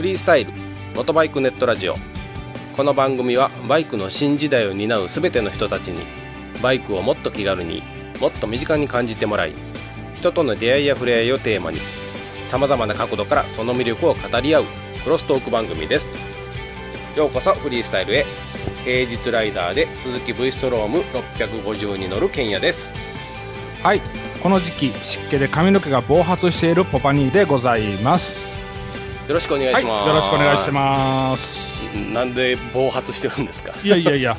リースタイル元バイクネットラジオこの番組はバイクの新時代を担う全ての人たちにバイクをもっと気軽にもっと身近に感じてもらい人との出会いや触れ合いをテーマにさまざまな角度からその魅力を語り合うクロストーク番組ですようこそフリースタイルへ平日ライダーで鈴木 V ストローム650に乗るケンヤですはい、この時期湿気で髪の毛が暴発しているポパニーでございます。よろしくお願いはしい、ます、よろしくお願いします。なんで暴発してるんですかいやいやい や、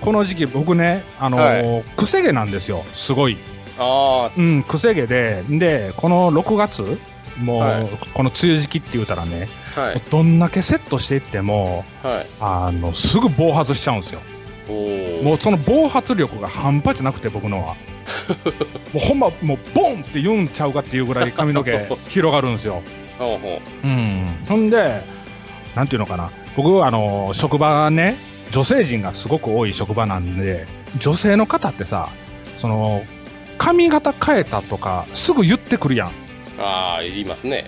この時期僕ね、あのーはくせ毛なんですよ。すごい、あうん、くせ毛で、で、この6月。もう、はいこの梅雨時期って言うたらね、あはいどんだけセットしていってもはいあのすぐ暴発しちゃうんですよおー もうその暴発力が半端じゃなくて僕 のはもうほんまもうボンって言うんちゃうかっていうぐらい髪の毛広がるんですよほうほうん、ほんで、なんていうのかな、僕、あの職場がね、女性陣がすごく多い職場なんで、女性の方ってさ、その髪型変えたとか、すぐ言ってくるやん、うああ言いますね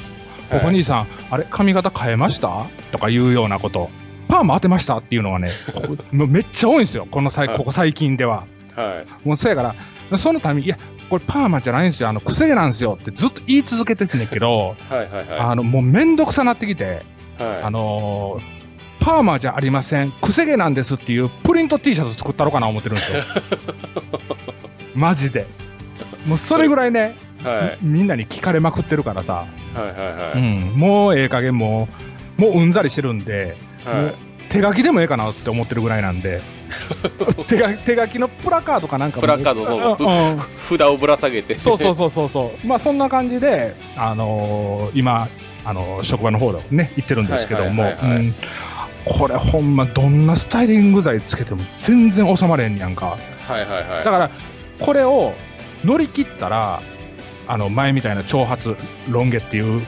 おばはい兄さん、あれ、髪型変えましたとかいうようなこと、パーマ当てましたっていうのがね、ここ もうめっちゃ多いんですよ、この際はいここ最近では。はいもうそやから、そのために、いや、これパーマじゃないんですよ、あの癖毛なんですよってずっと言い続けてんねんけど、 はいはいはいあのもうめんどくさなってきて。はいあのーパーマじゃありません、くせ毛なんですっていうプリント T シャツ作ったろかな思ってる んですよ。マジで。もうそれぐらいね、はいみみんなに聞かれまくってるからさ、はいはいはういん、もうええ加減もう、もううんざりしてるんで、はいもう手書きでもええかなって思ってるぐらいなん で、手書手書きのプラカードかなんかもプラカードそううんうん札をぶら下げてそうそうそうそうそう、まあそんな感じで、あのー今、あのー職場の方でね、行ってるんですけども、はいはいはいはいうんこれ、ほんま、どんなスタイリング剤つけても全然収まれんやんか、 はいはいはいだから、これを乗り切ったら、あの前みたいな長髪、ロン毛っていう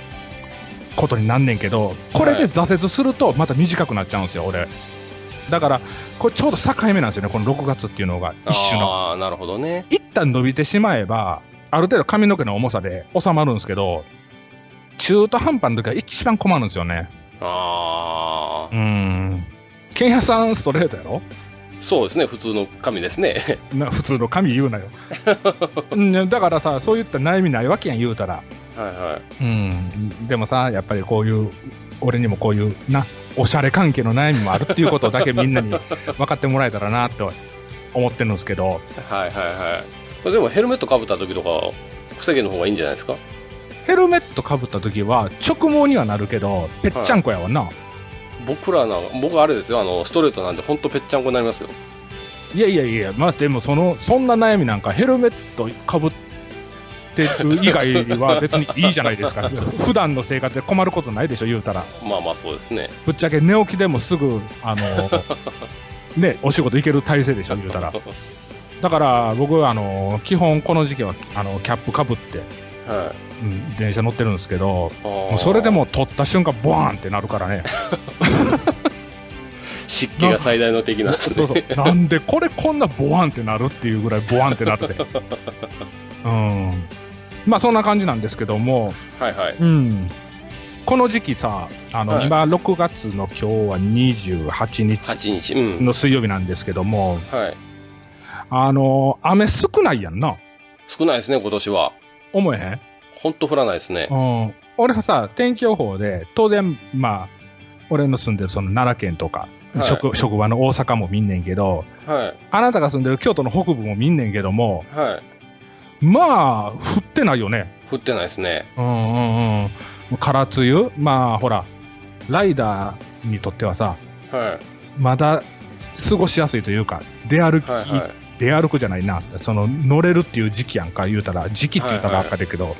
ことになんねんけど、これで挫折すると、また短くなっちゃうんですよ、俺。だから、これちょうど境目なんですよね、この6月っていうのが、一種の。ああなるほどね一旦伸びてしまえば、ある程度髪の毛の重さで収まるんですけど、中途半端の時は一番困るんですよね。ああうーん。ケンヤさんストレートやろそうですね普通の紙ですね な普通の髪言うなよ。うんだからさ、そういった悩みないわけやん、言うたら。はいはいうん。でもさ、やっぱりこういう、俺にもこういうな、おしゃれ関係の悩みもあるっていうことだけみんなに分かってもらえたらなって思ってるんですけど、はいはいはいこれでもヘルメットかぶった時とか防げの方がいいんじゃないですかヘルメットかぶった時は直毛にはなるけど、ぺっちゃんこやわな。僕らの僕あれですよあのストレートなんで本当ぺっちゃんこになりますよいやいやいや、まあでもその、そんな悩みなんかヘルメットかぶってる以外は別にいいじゃないですか。普段の生活で困ることないでしょ、言うたら。まあまあそうですねぶっちゃけ寝起きでもすぐ、あの、ね、お仕事行ける体制でしょ、言うたら。だから僕、あの、基本この時期は、あの、キャップかぶって、はうん電車乗ってるんですけど、いあーもうそれでも取った瞬間、ボワーンってなるからね。湿気が最大の敵なんですねそうそうなんでこれこんなボワンってなるっていうぐらいボワンってなってうんまあそんな感じなんですけども、はいはいうん、この時期さあの、はい今6月の今日は28日8日うんの水曜日なんですけどもはいあの雨少ないやんな少ないですね今年は思えへん、本当降らないですねうん、俺はさ天気予報で当然まあ俺の住んでるその奈良県とか、はい職職場の大阪も見んねんけどはあなたが住んでる京都の北部も見んねんけども、いはいまあ、降ってないよね。降ってないですねうんうんうん。空梅雨まあ、ほら、ライダーにとってはさ、はいまだ過ごしやすいというか、出歩き、はいはい出歩くじゃないな、その乗れるっていう時期やんか、言うたら、時期って言ったらばっかだけど、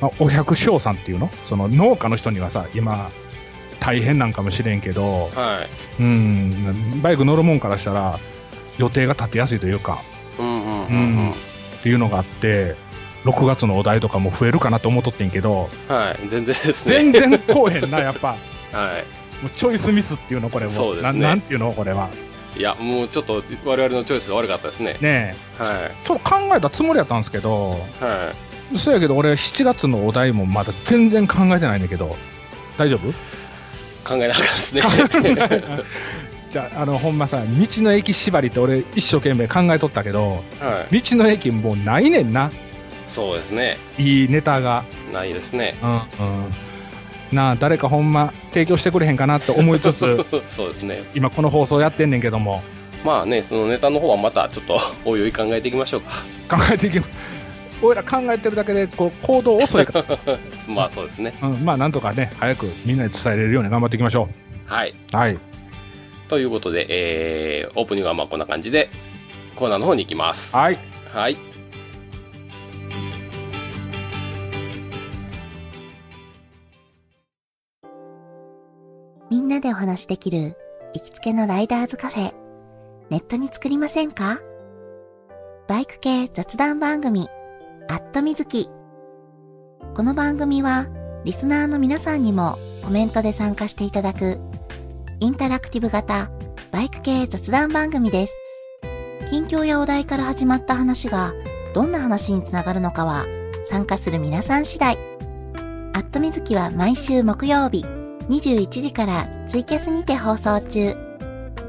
まあ、お百姓さんっていうの、その農家の人にはさ、今、大変なんかもしれんけど、はいうん、バイク乗るもんからしたら、予定が立てやすいというか、うんうんうん、うん、っていうのがあって、6月のお題とかも増えるかなと思っとってんけど、はい全然ですね全然こうへんな、やっぱ。はもうチョイスミスっていうの、これも。そうですねななんていうの、これは。いいやもうちょっと我々のチョイスが悪かったですねねはえ。ちょっと考えたつもりやったんですけど、いはそうやけど、俺、7月のお題もまだ全然考えてないんだけど、大丈夫い考えなあかんですねじゃあ、あの、ほんまさ、道の駅縛りって俺一生懸命考えとったけど、は道の駅もうないねんな。いそうですねいいネタが。ないですねうんうん。なあ、誰かほんま提供してくれへんかなと思いつつ、 そうですね今この放送やってんねんけども、まあねそのネタの方はまたちょっとおいおい考えていきましょうか 考えていきます。俺ら考えてるだけでこう行動遅いかまあそうですねら、うん、まあなんとかね早くみんなに伝えれるように頑張っていきましょはい。うはいということで、えー、オープニングはまあこんな感じで、コーナーの方に行きます。はいはい。みんなでお話しできる行きつけのライダーズカフェ、ネットに作りませんかバイク系雑談番組、アットみずき。この番組は、リスナーの皆さんにもコメントで参加していただく、インタラクティブ型バイク系雑談番組です。近況やお題から始まった話が、どんな話につながるのかは、参加する皆さん次第。アットみずきは毎週木曜日、21時からツイキャスにて放送中。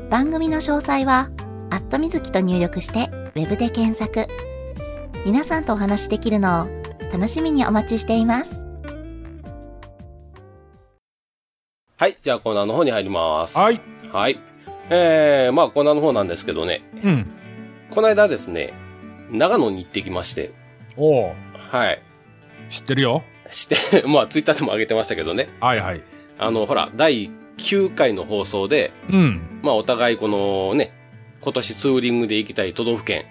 番組の詳細は、アットみずきと入力して、ウェブで検索。皆さんとお話しできるのを楽しみにお待ちしています。はい。じゃあコーナーの方に入ります。は。いはい。えー、まあコーナーの方なんですけどね、うんこの間ですね、長野に行ってきまして、おおはい。知ってるよして、 まあツイッターでも上げてましたけどね、はいはいあの、ほら、第9回の放送で、うんまあお互いこのね、今年ツーリングで行きたい都道府県、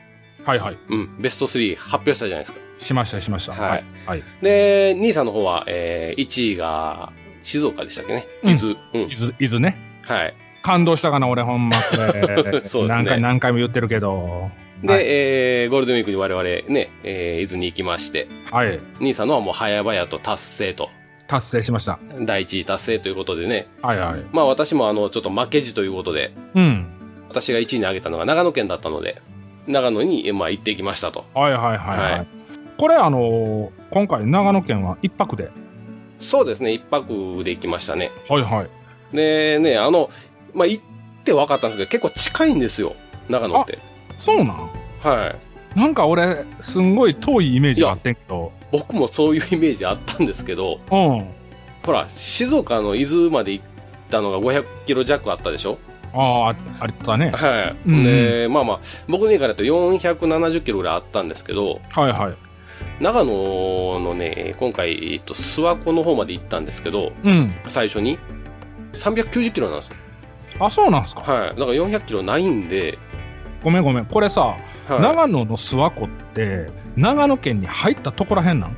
はいはいうん、ベスト3発表したじゃないですか。しましたしましたははいいはいで、兄さんの方は、えー、1位が静岡でしたっけね。うん伊豆。うん。伊豆伊豆ねはい。感動したかな俺ほんまこそうれで すね何回何回も言ってるけどで、はいえー、ゴールデンウィークに我々ね、えー、伊豆に行きまして、はい兄さんのはもう早々と達成と、達成しました第1位達成ということでね、はいはいまあ私もあの、ちょっと負けじということで、うん私が1位に挙げたのが長野県だったので、長野に、えーまあ行ってきましたと。はいはいはいはい、はいこれあのー今回長野県は一泊でそうですね、1泊で行きましたね。はいはいで、ね、あの、まあ行って分かったんですけど、結構近いんですよ、長野って。そうなんはい。なんか俺すんごい遠いイメージがあってんけど僕もそういうイメージあったんですけど、うんほら、静岡の伊豆まで行ったのが500キロ弱あったでしょあああったねはい。うんうんで、まあまあ、僕の家からだと470キロぐらいあったんですけど、はいはい長野のね、今回、えっと、諏訪湖の方まで行ったんですけど、うん最初に、390キロなんですよ。あそうなんすかはい。だから400キロないんで、ごめんごめんこれさは長野の諏訪湖って長野県に入ったとこらへんなんい、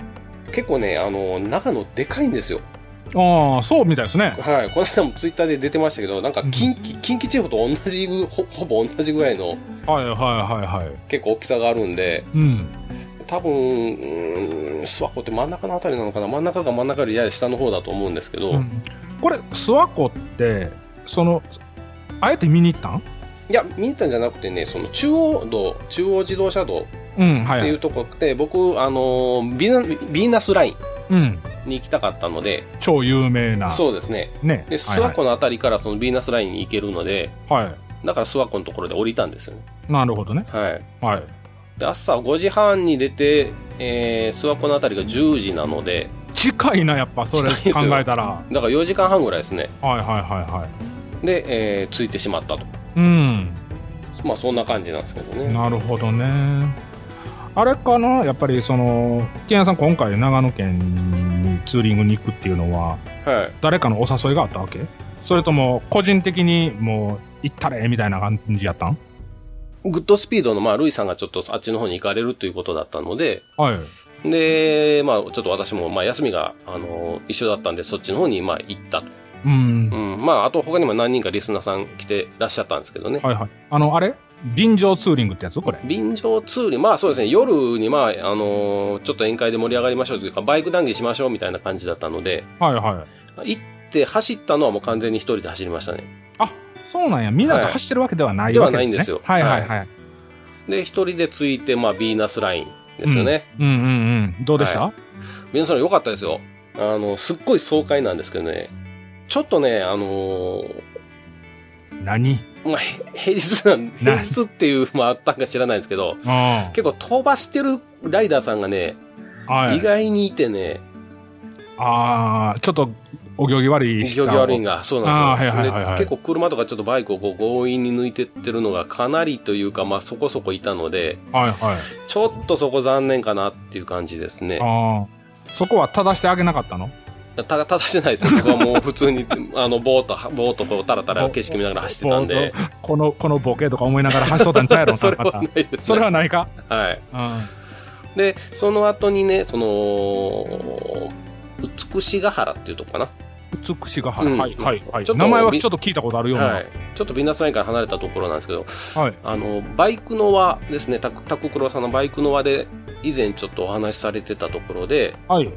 結構ね、あの、長野でかいんですよ。ああそうみたいですねはい。この間もツイッターで出てましたけど、なんか近畿、近畿地方と同じぐ、ほほぼ同じぐらいのはいはいはいはい結構大きさがあるんで、うん多分、うーん諏訪湖って真ん中のあたりなのかな真ん中が真ん中よりやや下の方だと思うんですけど、うんこれ諏訪湖ってそのあえて見に行ったんいや、見に行ったんじゃなくてね、その中央道、中央自動車道っうんはていはいいうとこで、僕、あのービーナ、ビーナスラインうんに行きたかったので、超有名なそうですね。ねで、諏訪湖のあたりからそのビーナスラインに行けるので、はい、はだから諏訪湖のところで降りたんですよね。い、なるほどねはい。はいで、朝5時半に出て、えー、諏訪湖のあたりが10時なので、近いなやっぱそれ近いで考すよえたらはだから4時間半ぐらいですね。いはいはいはいで、えー、着いてしまったと。うんまあ、そんな感じなんですけどね。なるほどね。あれかな、やっぱりその、ケンヤさん、今回、長野県にツーリングに行くっていうのは、はい。誰かのお誘いがあったわけそれとも、個人的にもう、行ったれみたいな感じやったんグッドスピードの、まあ、ルイさんがちょっとあっちの方に行かれるということだったので、はい。で、まあ、ちょっと私も、まあ、休みが、あの、一緒だったんで、そっちの方に、まあ、行ったと。うん。うはん。まあ、あと他にも何人かリスナーさん来てらっしゃったんですけどね。いはい。あの、あれ臨場ツーリングってやつこれ。便乗ツーリング、まあそうですね、夜に、まあ、あのちょっと宴会で盛り上がりましょうというか、バイク談義しましょうみたいな感じだったので、はいはい。行って走ったのはもう完全に一人で走りましたね。そうなんや。みんなと走ってるわけではないわでけですね。はないんですよはいはいはい。で、一人で着いて、まあ、ビーナスラインですよね。うんうんうん。どうでした、ビーナスライン良かったですよ。あの、すっごい爽快なんですけどね。ちょっとね、あのー何まあ、へ平日なん、平日っていうのもあったんか知らないんですけど、うん。は結構飛ばしてるライダーさんがね、意い。外にいてね、ああ、ちょっとお行儀悪い人行儀悪いんが、そうなんですよ。あーはいはいはいはいで結構車とかちょっとバイクをこう強引に抜いてってるのがかなりというか、まあそこそこいたので、はいはい。ちょっとそこ残念かなっていう感じですね。ああ。そこは正してあげなかったのただ、ただしてないですよ。僕はもう普通に、 あの、ぼーっと、ぼーっとこう、たらたら景色見ながら走ってたんで。この、このボケとか思いながら走っとったんちゃうや ろそれはないです、ね。それはないかはい。うん。はで、その後にね、その、美しが原っていうとこかな。美しがはうんはいはいはいちょっと名前はちょっと聞いたことあるような。はい。ちょっとビンナスラインから離れたところなんですけど、はいあの、バイクの輪ですね、タクタククロさんのバイクの輪で、以前ちょっとお話しされてたところで、はい。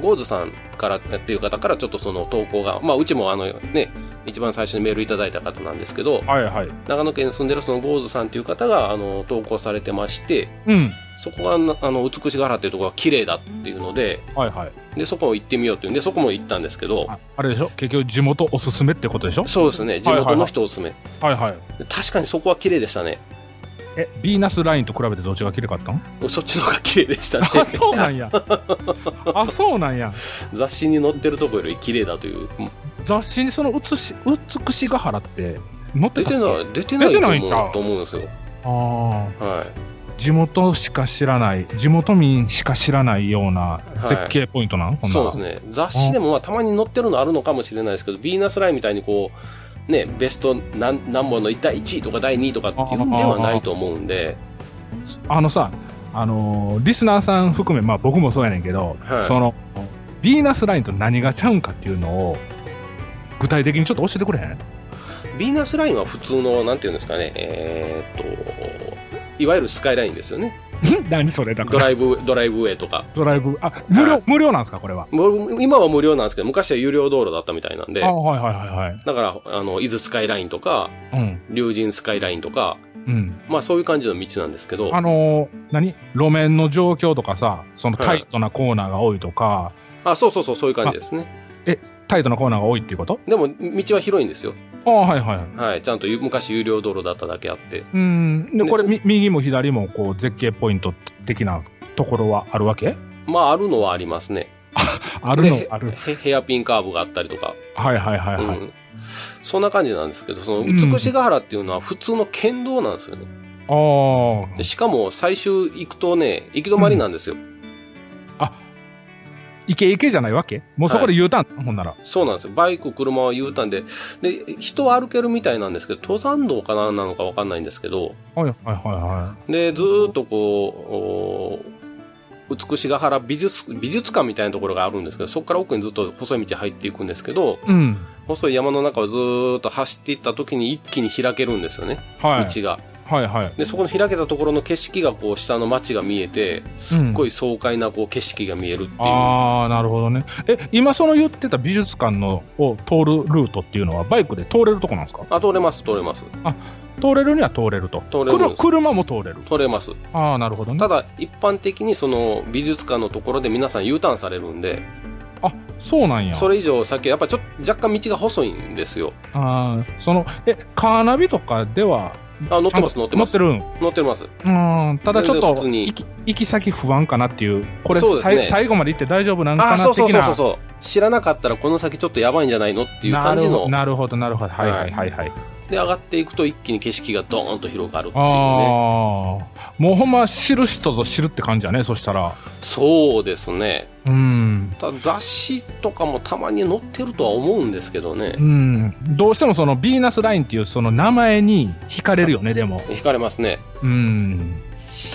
ゴーズさんからっていう方からちょっとその投稿が、まあ、うちもあのね、一番最初にメールいただいた方なんですけど、はいはい。長野県に住んでるそのゴーズさんっていう方が、あの、投稿されてまして、うん。そこがな、あの、美しが原っていうところが綺麗だっていうので、はいはい。で、そこも行ってみようっていうんで、そこも行ったんですけど、ああれでしょ結局地元おすすめってことでしょそうですね、地元の人おすすめ。はいはい。で確かにそこは綺麗でしたね。え、ビーナスラインと比べてどっちが綺麗かったんそっちの方が綺麗でしたね。あ、そうなんや。あ、そうなんや。雑誌に載ってるとこより綺麗だという。雑誌にその美し、美しが原って載っ出てたっけてない、出てない出とてないんちゃ思ううと思うんですよ。ああ。は地元しか知らない地元民しか知らないようない絶景ポイントなの、い。こんなそのうですね。雑誌でもまあたまに載ってるのあるのかもしれないですけど、ビーナスラインみたいにこう、ね、ベスト何何本の第1位とか第2位とかっていうんではないと思うんで、あのさあのーリスナーさん含め、まあ、僕もそうやねんけど、はいそのビーナスラインと何がちゃうんかっていうのを具体的にちょっと教えてくれへん ビーナスラインは普通の、なんていうんですかね、えーっと、いわゆるスカイラインですよね。ん何それだからドライブ、ドライブウェイとか。ドライブあ無料、はい無料なんですかこれはもう今は無料なんですけど、昔は有料道路だったみたいなんで、あはいはいはいだから、あの、伊豆スカイラインとか、はいうん竜神スカイラインとか、うんまあそういう感じの道なんですけど、あのー何路面の状況とかさそのはいタイトなコーナーが多いとか、あ、そうそうそう、そういう感じですね。タイトなコーナーが多いっていうことでも、道は広いんですよ。あはいはいはいはい、ちゃんとゆ昔有料道路だっただけあって。うん、ででこれちょみ右も左もこう絶景ポイント的なところはあるわけまあ、あるのはありますね。あるのであるへヘアピンカーブがあったりとか。はいはいはいはい、うん。そんな感じなんですけど、その、うん美しが原っていうのは普通の県道なんですよね。あであしかも、最終行くとね、行き止まりなんですよ。いけいけじゃないわけもうそこで U ターン、ほんならそうなんですよ。バイク、車は U ターンで、で、人は歩けるみたいなんですけど、登山道かななのかわかんないんですけど、はいはいはいはで、ずーっとこう、お美しが原美術、美術館みたいなところがあるんですけど、そこから奥にずっと細い道入っていくんですけど、いうん細い山の中をずーっと走っていった時に一気に開けるんですよね、はい道が。はいはいで、そこの開けたところの景色がこう、下の街が見えて、すっごい爽快なこう、景色が見えるっていう。ああなるほどねえ今その言ってた美術館のを通るルートっていうのはバイクで通れるとこなんですかあ、通れます、通れます。通れるには通れると通れるんですくる車も通れる通れます。ああなるほどねただ、一般的にその、美術館のところで皆さん U ターンされるんで、あそうなんやそれ以上先、やっぱちょっと若干道が細いんですよ。あーそのえカーナビとかではあ、乗ってます、乗ってます。るん乗ってます。うんただちょっ全然普と通に行き行き先不安かなっていうこれそうですねさい最後まで行って大丈夫なんあかあ、なそうそう的そうそうなそう。知らなかったらこの先ちょっとやばいんじゃないのっていうな感じるほのど。なるほどなるほどはいはいはいはい、で、上がっていくと一気に景色がドーンと広がるっていうね。ああもうほんま知る人ぞ知るって感じやねそしたらそうですね。うんただ雑誌とかもたまに載ってるとは思うんですけどねう。んどうしてもそのビーナスラインっていうその名前に惹かれるよねでも惹かれますね。うん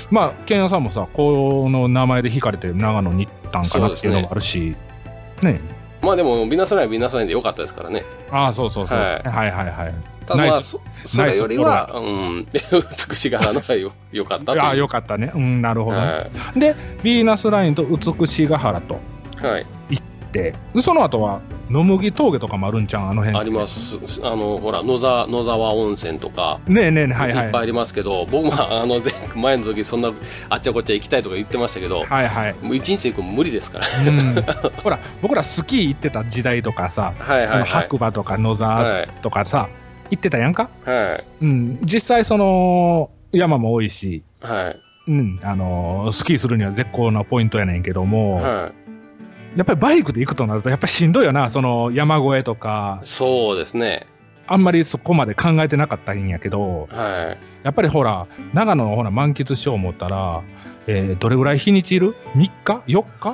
まあ健也さんもさこの名前で惹かれて長野に行ったんかなっていうのもあるしねまあでも、ビナスラインはビナスラインで良かったですからね。ああそうそうそう、はいはいはいはいただまナあ、イスそそれよりは、うん、 美しがらの方が よ良かったという。ああよかったねうんなるほどね、はで、ヴィーナスラインと美しが原とい。はい。で、その後は野麦峠とかもあるんちゃうんあの辺ありますあのほら野沢野沢温泉とかねえねえねえはいいはいっぱいあいりますけど、僕もあの前前の時そんなあっちゃこっちゃ行きたいとか言ってましたけど、はいはい、もう一日で行くの無理ですからうん ほら僕らスキー行ってた時代とかさ、はいはいそはのい白馬とか野沢はいとかさ、行ってたやんか、はいうん、実際その山も多いし、はいうん、あのスキーするには絶好なポイントやねんけども、はやっぱりバイクで行くとなるとやっぱりしんどいよなその山越えとかいそうですねあんまりそこまで考えてなかったんやけどはやっぱりほら長野のほら満喫しよう思ったら、えーどれぐらい日にちいる ?3 日 ?4 日い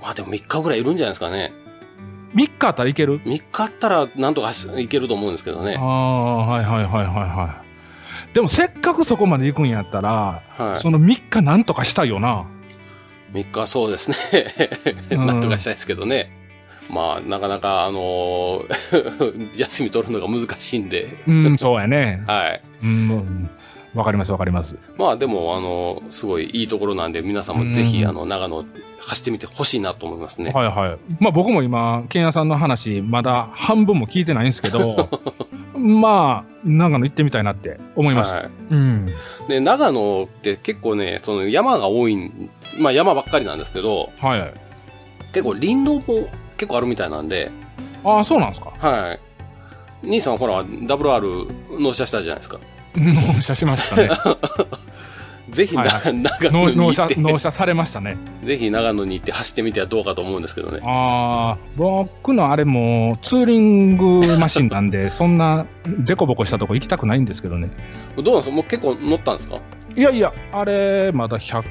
まあでも3日ぐらいいるんじゃないですかね ?3 日あったらいける3日あったらなんとか走行けると思うんですけどねああはいはいはいはいはいでもせっかくそこまで行くんやったら、はいその3日なんとかしたいよな3日そうですねう んなんとかしたいですけどねまあなかなかあのー 休み取るのが難しいんでうんそうやねはいうんうんわかりますわかりますまあでもあのーすごいいいところなんで皆さんもぜひうんあの長野走ってみてほしいなと思いますねはいはい。まあ僕も今、ケンヤさんの話、まだ半分も聞いてないんですけ ど、まあ、長野行ってみたいなって思いました。はいうん。で長野って結構ねその山が多いんまあ山ばっかりなんですけどはいはい。結構林道も結構あるみたいなんでああ、そうなんですか。 はい兄さんほら WR 納車したじゃないですか納車しましたね。ぜひな、 はいは長野納に行納っ車、て納車されましたね。ぜひ長野に行って走ってみてはどうかと思うんですけどね。ああ、僕のあれもツーリングマシンなん で、そんなデコボコしたとこ行きたくないんですけどね。どうなんですかもう結構乗ったんですかいやいや、あれ、まだ100、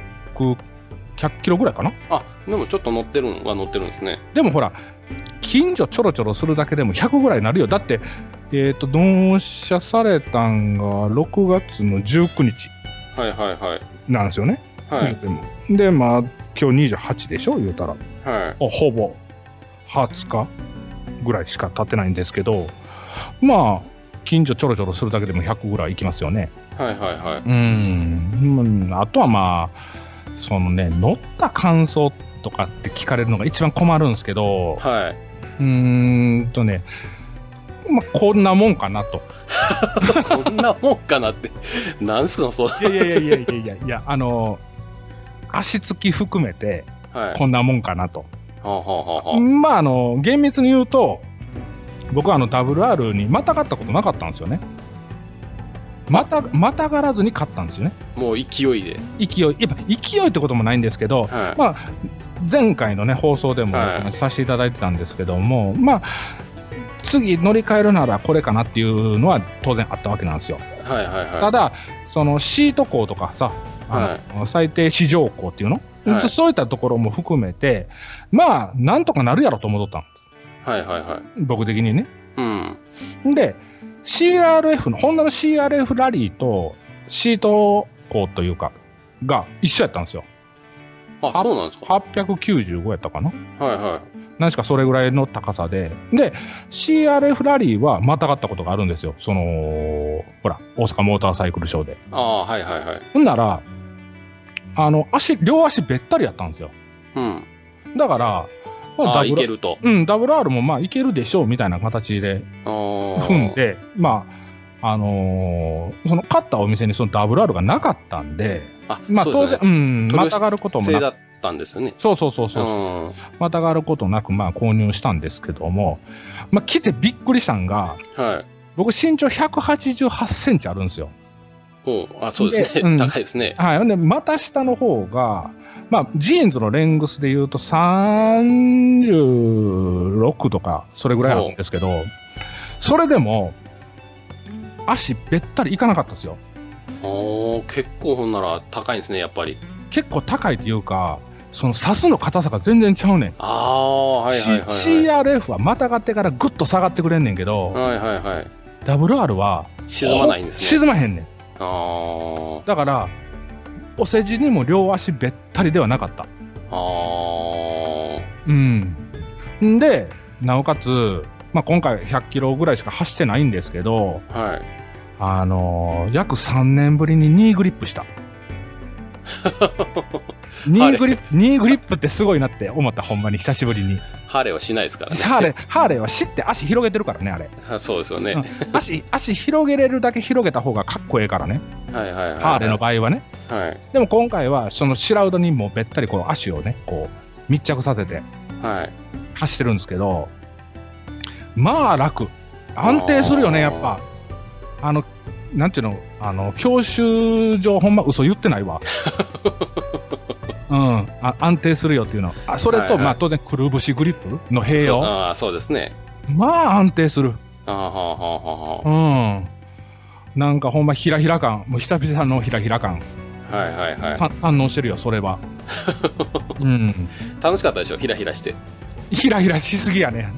100キロぐらいかな。あ、でもちょっと乗ってるのは乗ってるんですね。でもほら、近所ちょろちょろするだけでも100ぐらいになるよ。だって、えっ、と、納車されたんが6月の19日はいはいはい。なんですよね。は言うい。てもで、まあ、今日28でしょ、言うたら。はい。ほぼ20日ぐらいしか経ってないんですけど、まあ、近所ちょろちょろするだけでも100ぐらい行きますよね。はいはいはい。うん。うんあとはまあ、そのね、乗った感想とかって聞かれるのが一番困るんですけど、はうーんとね、まあ、こんなもんかなと。い。こんなもんかなって。なんすの、そう。いやいやいやいやいやい やいや、あの、足つき含めて、はい。こんなもんかなと。はあ、はあはあはまあ、あの、厳密に言うと、僕はあの WR にまたがったことなかったんですよね。また、またがらずに勝ったんですよね。あ、もう勢いで。勢い、やっぱ勢いってこともないんですけど、はい。まあ、前回のね、放送でもはいお話しさせていただいてたんですけども、まあ、次乗り換えるならこれかなっていうのは当然あったわけなんですよ。はいはいはい。ただ、そのシート校とかさ、あの最低市場校っていうの、はいそういったところも含めて、まあ、なんとかなるやろと思っとっはいはいはい。たん僕的にね。うん。で、CRF の、ホンダの CRF ラリーとシート校というか、が一緒やったんですよ。あ、そうなんですか。 895やったかなはいは何しかそれぐらいの高さで。で、CRF ラリーはまたがったことがあるんですよ。その、ほら、大阪モーターサイクルショーで。い。ああ、はいはいはい。ほんなら、あの、足、両足べったりやったんですよ。うん。だから、ああ、ダいブけル、ると。うん、ダブル R もまあいけるでしょうみたいな形でああ。踏んで、まあ、あのーその勝ったお店にそのダブル R がなかったんで、あ、まあそう当ですね然、う。ん、またがることも取なる姿く、勢だったんですよね。そうそうそうそうそう、ん。またがることなくまあ購入したんですけども、まあ来てびっくりしたんが、はい。僕身長188センチあるんですよ。おうあ、そうですね。でうん高いですね。はい、ほんで股下の方が、まあ、ジーンズのレングスで言うと36とかそれぐらいあるんですけどそれでも足べったりいかなかったですよおー結構ほんなら高いんですねやっぱり結構高いというかその刺すの硬さが全然ちゃうねん、ああはいはいはい C- CRF はまたがってからぐっと下がってくれんねんけど、はいはいはいはい WR は沈まないんですね沈まへんねんあーだからお世辞にも両足べったりではなかったあーうん、んでなおかつ、まあ、今回100キロぐらいしか走ってないんですけど、はいあのー約3年ぶりにニーグリップしたニハーレーーグリップ、ニーグリップってすごいなって思った、ほんまに久しぶりに。ハーレーはしないですからねハーレー、ハーレーは知って足広げてるからね、あれ。ーそうですよね、うん足、足広げれるだけ広げた方がかっこええからね。はいはいはい、はい、ハーレーの場合はね。はいでも今回は、そのシラウドにもべったりこう足をね、こう密着させてはい走ってるんですけど、まあ楽。安定するよね、やっぱ。あの、なんていうの、あの、教習所、ほんま嘘言ってな いわ。うんあ、安定するよっていうの。あそれと、はいはいまあ当然、くるぶしグリップの併そう用。ああそうですねまあ安定する。あーはあはあはうん。なんかほんまひらひら感、もう久々のひらひら感、あはいはいはいた堪能してるよ、そ れは。うん。楽しかったでしょひらひらしてひらひらしすぎやね。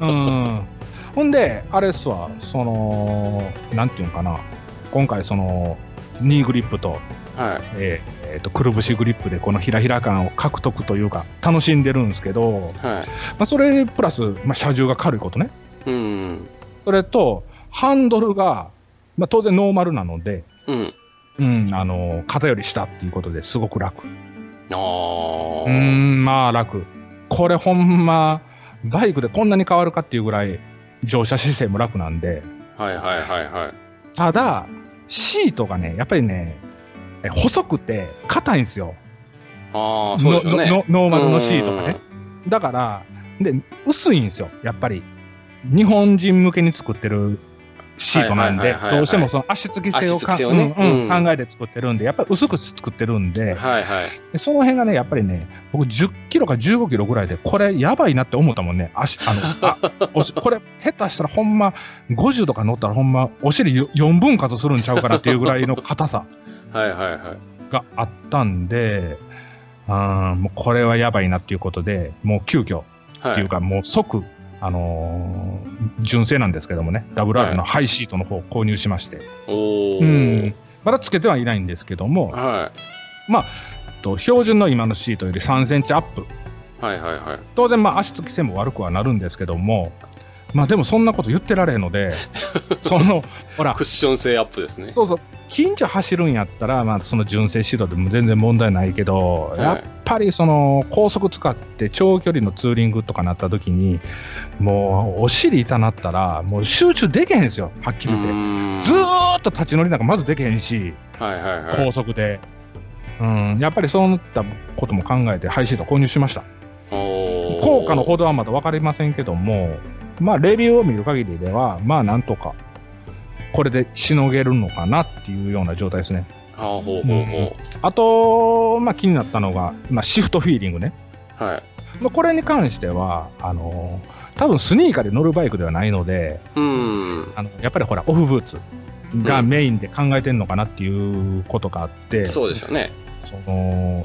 うん。ほんで、あれっすわ、その、なんていうんかな、今回、その、ニーグリップと、はいえーえーと、くるぶしグリップで、このひらひら感を獲得というか、楽しんでるんですけど、はいまあ、それプラス、まあ、車重が軽いことね。うんそれと、ハンドルが、まあ、当然ノーマルなので、うんうん、あの、肩より下っていうことですごく楽。うああーん、まあ楽。これほんま、バイクでこんなに変わるかっていうぐらい乗車姿勢も楽なんで、はいはいはいはいただ、シートがね、やっぱりね、え細くて硬いんですよ。ああそうですよねののノーマルのシートがね。だから、で、薄いんですよ、やっぱり。日本人向けに作ってるシートなんはいはでいはいは、いどうしてもその足つき性をか足つき性をねうんうんうん考えて作ってるんで、やっぱり薄く作ってるんはいで、はいでその辺がね、やっぱりね、僕、10キロか15キロぐらいで、これ、やばいなって思ったもんね、足、あの、あおし これ、下手したら、ほんま、50とか乗ったら、ほんま、お尻4分割するんちゃうかなっていうぐらいの硬さはいはいはいがあったんで、あーもうこれはやばいなっていうことで、もう急遽はっていうか、もう即、あのー純正なんですけどもね、WR のハイシートの方を購入しまして、おお、うん、まだつけてはいないんですけども、はと標準の今のシートより3センチアップ。いはいはいはい当然、まあ、足つき性も悪くはなるんですけども、まあ、でもそんなこと言ってられへん ので、そのほらクッ、ション性アップですねそうそう、近所走るんやったら、まあ、その純正指導でも全然問題ないけど、はいやっぱりその高速使って長距離のツーリングとかなった時に、もうお尻痛なったら、もう集中できへんですよ、はっきり言って。うずーんーっと立ち乗りなんかまずできへんし、はいはいはい高速で。うん、やっぱりそういったことも考えて、ハイシート購入しました。おー効果のほどはまだ分かりませんけども、まあ、レビューを見る限りでは、まあ、なんとか、これでしのげるのかなっていうような状態ですね。あーほうほうほう、あと、まあ、気になったのが、まあ、シフトフィーリングね。はいまあ、これに関しては、あのー多分スニーカーで乗るバイクではないので、うんあのやっぱりほら、オフブーツがメインで考えてるのかなっていうことがあって、そうでしょうねその、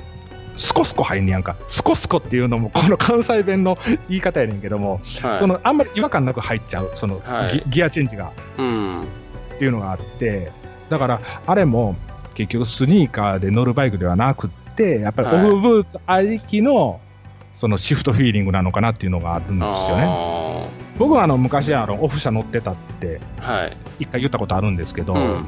スコスコ入んねやんか。スコスコっていうのも、この関西弁の言い方やねんけども、はいそのあんまり違和感なく入っちゃうそのギ,、はいギアチェンジがうんっていうのがあってだからあれも結局スニーカーで乗るバイクではなくってやっぱりオはいフブーツありきのそのシフトフィーリングなのかなっていうのがあるんですよねあ僕はあの昔あのオフ車乗ってたってーはい一回言ったことあるんですけど、うん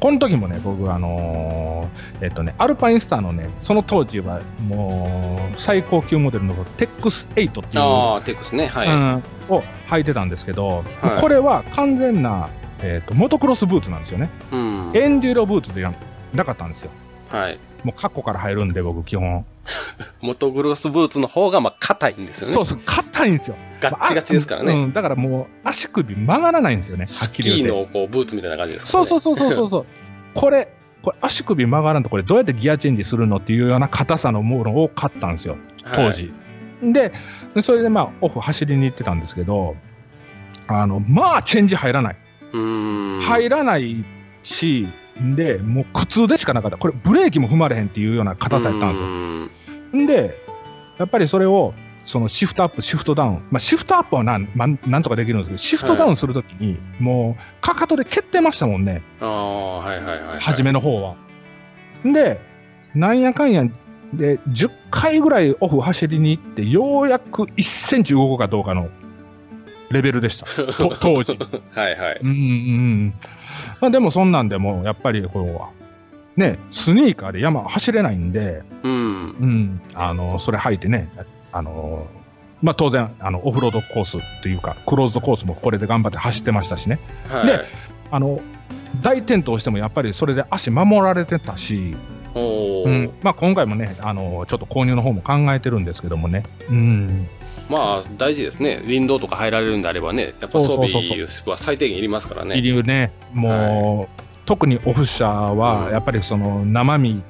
この時もね僕あのーえっとねアルパインスターのねその当時はもう最高級モデルのテックス8っていうああテックスねはい、うん、を履いてたんですけど、はいこれは完全な、えー、とモトクロスブーツなんですよね、うんエンデューロブーツではなかったんですよ、はいもう過去から入るんで、僕、基本、モトグロスブーツの方がまあ硬いんですよそうねそう、硬いんですよ、ガッチガチですからね、あうん、だからもう、足首曲がらないんですよね、はスっキきーり言っのて、こうブーツみたいな感じですかそら、うね、そうそうそうそ うそう、これ、これ足首曲がらんと、これ、どうやってギアチェンジするのっていうような硬さのものを買ったんですよ。当時、でそれでまあオフ走りに行ってたんですけどあのまあチェンジ入らないはい、うーん入らないしでもう苦痛でしかなかったこれブレーキも踏まれへんっていうような硬さやったうんーでんすよんでやっぱりそれをそのシフトアップシフトダウン、まあ、シフトアップはなん,、まあ、なんとかできるんですけどシフトダウンするときにもうかかとで蹴ってましたもんね、ああはいはいはい、はい、初めの方は。で、なんやかんやで、10回ぐらいオフ走りに行って、ようやく1センチ動くかどうかのレベルでした、と当時。はいはいうんうんうんまあ、でもそんなんでも、やっぱりこう、ね、スニーカーで山走れないんで、うんうん、あのそれ履いてね、あのまあ、当然あの、オフロードコースというか、クローズドコースもこれで頑張って走ってましたしね、はいであの大転倒してもやっぱりそれで足守られてたし、おお、うんまあ、今回もねあの、ちょっと購入の方も考えてるんですけどもね、うん、まあ大事ですね林道とか入られるんであればねやっぱ装備そうそうそうは最低限いりますからね入りね、もう、特にオフ車うはんやっぱりその生身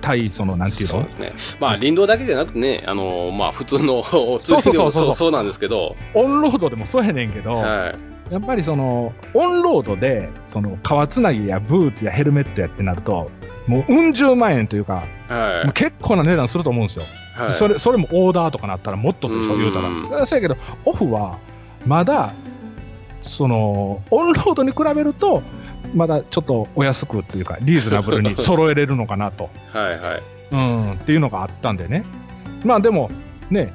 対そのなんていうそうのですねまあ林道だけじゃなくてねあのまあ普通の ツーそうリングでもそうそそうそううそうなんですけどオンロードでもそうやねんけど、はいやっぱりそのオンロードでその革つなぎやブーツやヘルメットやってなるともううん十万円というか、はいもう結構な値段すると思うんですよ、はいそれそれもオーダーとかなったらもっとでしょうん言うたらだからそうやけどオフはまだそのオンロードに比べるとまだちょっとお安くっていうかリーズナブ ルに揃えれるのかなと、はいはいうん、っていうのがあったんでねまあでもね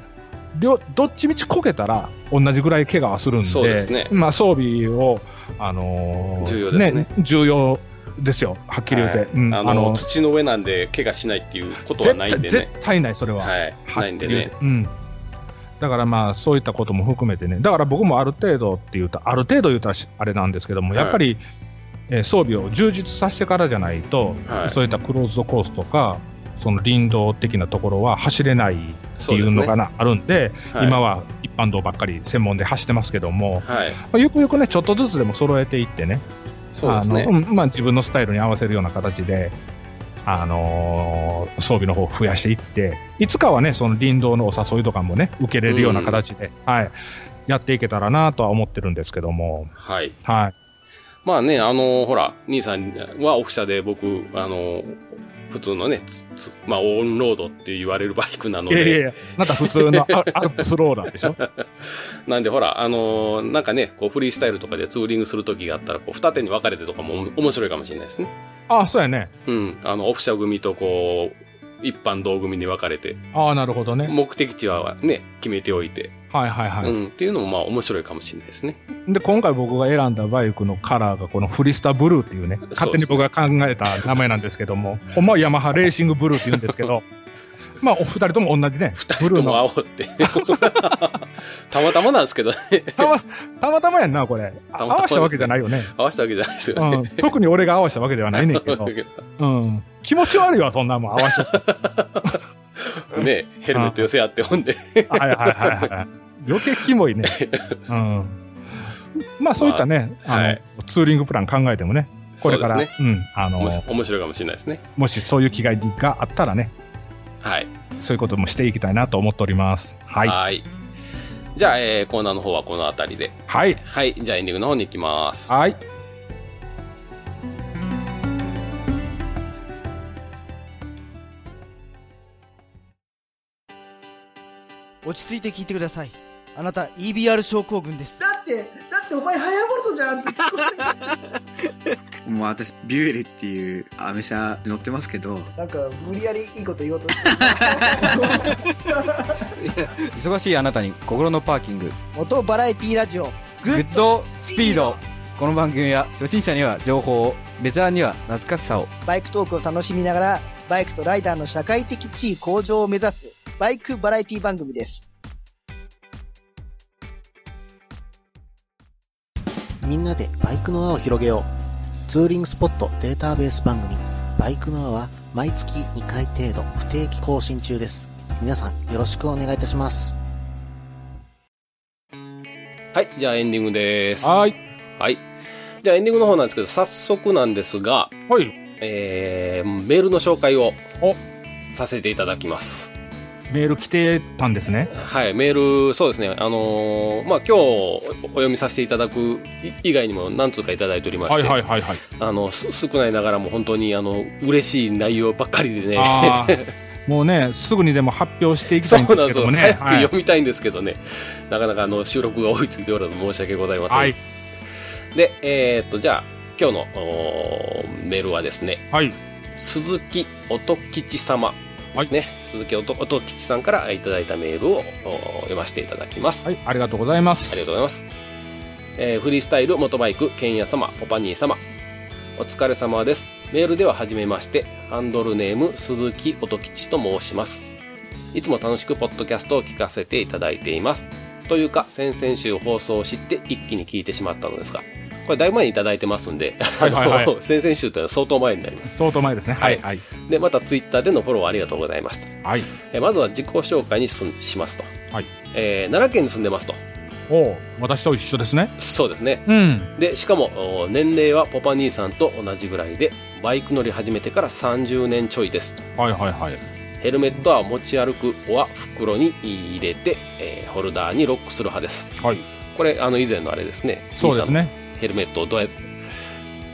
両どっちみちこけたら同じぐらい怪我はするんでそうですねまあ、装備を、あのー重要ですね重要ですよはっきり言って、はいうんあのの土の上なんで怪我しないっていうことは絶ないん対で絶ね対ないそれは、はいはっないんきりで言っねて、うん、だからまあそういったことも含めてねだから僕もある程度って言うとある程度言うとあれなんですけども、はいやっぱり、えー装備を充実させてからじゃないと、はいそういったクローズドコースとかその林道的なところは走れないってそういでうすのねかな、あるんで、はい今は一般道ばっかり専門で走ってますけども、はいまあ、ゆくゆくねちょっとずつでも揃えていってねそうですあのねうんまあ、自分のスタイルに合わせるような形で、あのー装備の方を増やしていっていつかはねその林道のお誘いとかもね受けれるような形で、はい、やっていけたらなとは思ってるんですけども、はいはい、まあね、あのほら、兄さんはオフ車で僕、あの普通のね、つつまあオンロードって言われるバイクなのいやいやいで、やなんか普通のアアルプスローダー でしょなんでほら、あのなんかね、こうフリースタイルとかでツーリングする時があったら、こう二手に分かれてとかもお面白いかもしれないですね。ああそうやねうん、あの、オフ車組とこう、一般道組に分かれて、ああなるほどね目的地はね、決めておいて、はいはいはい、うん、っていうのもまあ面白いかもしれないですね。で今回僕が選んだバイクのカラーがこのフリスタブルーっていうね勝手に僕が考えた名前なんですけ ども、ほんまはヤマハレーシングブルーって言うんですけど まあお二人とも同じねブル人ーのも煽って。 たまたまなんですけどね、 たまたまたまやんなこれあたまたまですね合わしたわけじゃないよね、合わせたわけじゃないですようね。ん、特に俺が合わしたわけではないねんけど、うん、気持ち悪いわそんなもん合わせて ね、ヘルメット寄せ合ってほんで。 はいはいはいはい余計キモいね、うん、まあそういったね、まああのはいツーリングプラン考えてもね これからそうですね。うん、あの面白面白いかもしれないですね。もしそういう気概があったらねはい。そういうこともしていきたいなと思っております。はい。ははい。じゃあ、えーコーナーの方はこの辺りで。い。はい。じゃあ、エンディングの方に行きます。はい。落ち着いて聞いてくださいあなた EBR 症候群ですだって、だってお前ハイアボルトじゃん って。もう私、ビュエルっていうアメ車乗ってますけど、なんか、無理やりいいこと言おうとして忙しいあなたに心のパーキング 元バラエティラジオググッッドスピードこの番組は初心者には情報をベテランには懐かしさをバイクトークを楽しみながらバイクとライダーの社会的地位向上を目指すバイクバラエティ番組ですみんなでバイクの輪を広げようツーリングスポットデータベース番組「バイクの輪」は毎月2回程度不定期更新中です皆さんよろしくお願いいたしますはい。じゃあ、エンディングです。ははい。い。じゃあ、エンディングの方なんですけど、早速なんですが、はい。えーメールの紹介をおさせていただきます。メール来てたんですね。はい。メール、そうですね。あのーまあ、今日お読みさせていただくい以外にも何通かいただいておりまして、いはいはい。あの、す少ないながらも本当に、あの、嬉しい内容ばっかりでね、ああ。もうね、すぐにでも発表してい きそたういんなんでですけすよ、どもね。早くはい。読みたいんですけどね、なかなかあの収録が追いついておらず申し訳ございません。はい。で、えーっと、じゃあ、今日のおーメールはですね、はい。鈴木音吉様ですね、鈴木音音吉さんからいただいたメールをおー読ませていただきます。はい。ありがとうございます。ありがとうございます。えーフリースタイル、モトバイク、ケンヤ様、ポパニー様、お疲れ様です。メールでははじめまして、ハンドルネーム鈴木音吉と申します。いつも楽しくポッドキャストを聞かせていただいています。というか、先々週放送を知って一気に聞いてしまったのですが、これだいぶ前にいただいてますんで、 はいはいはいあの先々週というのは相当前になります。相当前ですね。はいはい。で、またツイッターでのフォローありがとうございました。はい。えまずは自己紹介にすんしますと、はいえー奈良県に住んでますとおう私と一緒ですね。そうですねうん。でしかもお年齢はポパ兄さんと同じぐらいでバイク乗り始めてから30年ちょいですはいはいはい。ヘルメットは持ち歩くおは袋に入れて、えーホルダーにロックする派ですはい。これあの以前のあれですねそうですね。兄さんのヘルメットをどうや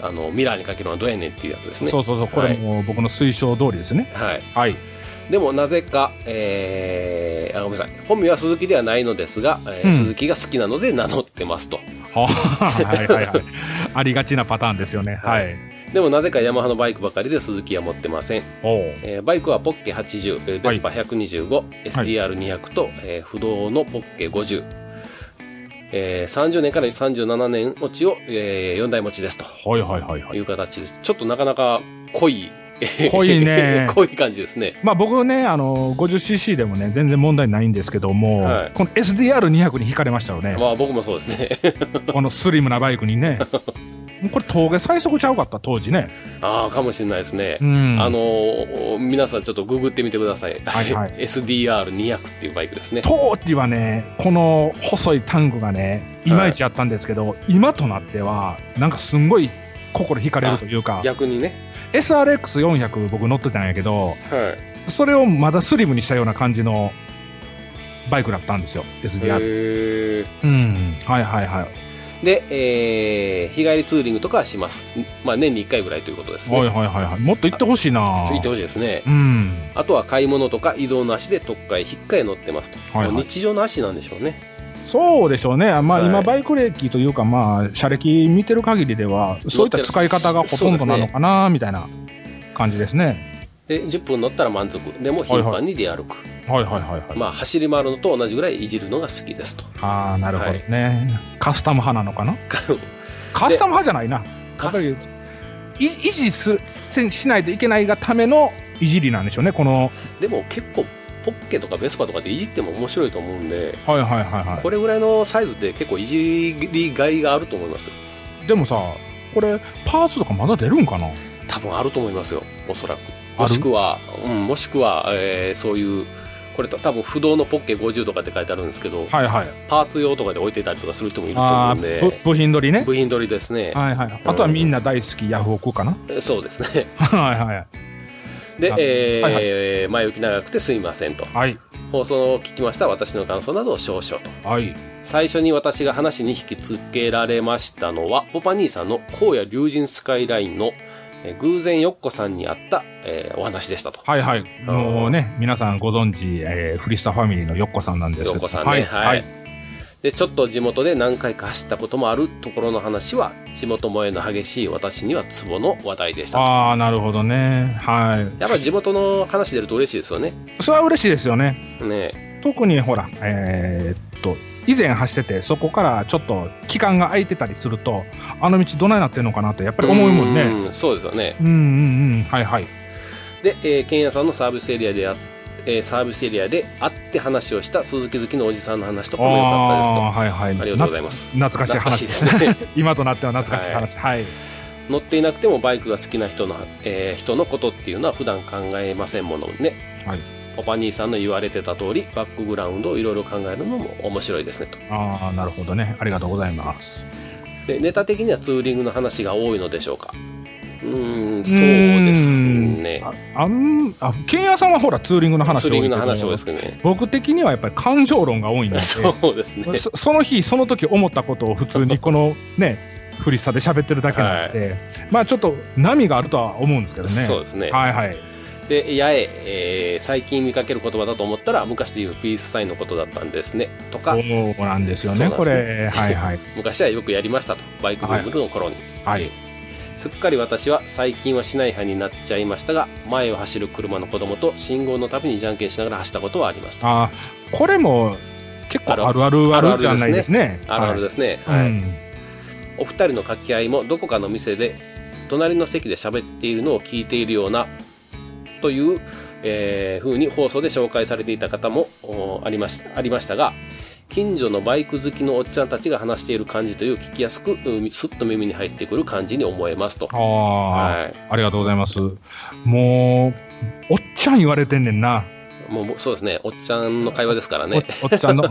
あのミラーにかけるのはどうやねんっていうやつですねそうそうそう。これも僕の推奨通りですね。はいはい。でもなぜか、えーあごめんなさい本名は鈴木ではないのですが、えーうん鈴木が好きなので名乗ってますと ははいはいはい。ありがちなパターンですよね。はい。でもなぜかヤマハのバイクばかりで鈴木は持ってません、おうえーバイクはポッケ80えーベスパ125、SDR200 と、えー不動のポッケ50、えー30年から37年持ちを、え4台持ちですとはいはいはいはいい。う形ですちょっとなかなか濃い濃いね 濃い感じですねまあ僕ね、あの 50cc でもね、全然問題ないんですけども、はいこの SDR200 に惹かれましたよね、まあ僕もそうですね このスリムなバイクにね、もうこれ、峠最速ちゃうかった、当時ね。ああかもしれないですね、うんあのー皆さんちょっとググってみてください、はいは SDR200 っていうバイクですね当時はね、この細いタンクがね、いまいちあったんですけど、今となっては、なんかすんごい心惹かれるというか、逆にね、 SRX400、僕乗ってたんやけど、はい、それをまだスリムにしたような感じのバイクだったんですよ、SDR。へーうん、はいはいはい。で、えー日帰りツーリングとかはします、まあ、年に1回ぐらいということですね、はいはいはいはい。もっと行ってほしいな。ついてほしいですねうん。あとは買い物とか移動の足で特快引っかえ乗ってますと、はいはいもう日常の足なんでしょうねそうでしょうね。まあ、はい今、バイク歴というか、まあ、車歴見てる限りでは、そういった使い方がほとんどなのかな、みたいな感じですね。で10分乗ったら満足でも頻繁に出歩く、はいはいはいはい。まあ走り回るのと同じぐらいいじるのが好き ですとああ、なるほどね、カスタム派なのかなカスタム派じゃないな。やカっぱり、いス維持すせしないといけないがためのいじりなんでしょうね、この。でも結構ポッケとかベスパとかっていじっても面白いと思うんではいはいはいはこれぐらいのサイズって結構いじりがいがあると思いますよい。でもさ、これ、パーツとかまだ出るんかな多分あると思いますよおそらくあもるしくは、うん、もしくは、えーそういうこれと多分不動のポッケ50とかって書いてあるんですけど、はいはい。パーツ用とかで置いてたりとかする人もいると思ああうんでー、ぶ部品取りね。部品取りですね、はいはい。あとはみんな大好きヤフオクかな。 そうですねはいはい。であ、えーはいはいえー前置き長くてすいませんとはい。放送を聞きました私の感想などを少々とはい。最初に私が話に引き付けられましたのはポパ兄さんの荒野龍神スカイラインのえー偶然よっこさんに会った、えーお話でしたとはいはい。もうね、皆さんご存知、えーフリスタファミリーのよっこさんなんです陽けど。子さんね、は。はいい、はい。でちょっと地元で何回か走ったこともあるところの話は地元萌えの激しい私にはツボの話題でしたああ、なるほどね。はやっぱ地元の話出ると嬉しいですよねい。それは嬉しいですよね。ね特にほら、えーっと、以前走ってて、そこからちょっと期間が空いてたりすると、あの道どないなってんのかなって、やっぱり思うもんね。うんそうですよねうんうんうん。はいはい。で、えー、ケンヤさんのサービスエリアであえーサービスエリアで会って話をした鈴木好きのおじさんの話とかも良かったですとああー、はいはい。あありがとうございます。懐かしい懐かしい話でですすね。ね今となっては懐かしい話。はい。乗っていなくてもバイクが好きな人の,、えー人のことっていうのは普段考えませんものね、はいおパ兄さんの言われてた通りバックグラウンドをいろいろ考えるのも面白いですねとああ、なるほどね。ありがとうございます。でネタ的にはツーリングの話が多いのでしょうかうーんそうですねああんあ、ケンヤさんはほらツーリングの話ツーリングの話多い多でいけすけどねど僕的にはやっぱり感情論が多いんで、 そうですねそその日、その時思ったことを普通にこのね、 フリスタで喋ってるだけなんで、まあちょっと波があるとは思うんですけどね。そうですね、はいはい。で八重、えー最近見かける言葉だと思ったら昔で言うピースサインのことだったんですねとかそうなんですよそうね、なんこですねれ。はいはい。昔はよくやりましたとバイクブームの頃に、はい。すっかり私は最近はしない派になっちゃいましたが前を走る車の子供と信号のたびにじゃんけんしながら走ったことはありますとあーこれも結構あるあるあるじゃないですね。あるあるでですね、ははいいお二人の掛け合いもどこかの店で隣の席で喋っているのを聞いているようなという、えー風に放送で紹介されていた方もおありましありましたが近所のバイク好きのおっちゃんたちが話している感じという聞きやすくうんすっと耳に入ってくる感じに思えますと。ああ、はありがとうございます。もう、おっちゃん言われてんねんな。い、もうもうそうですねおっちゃんの会話ですからね。おおっちゃんの、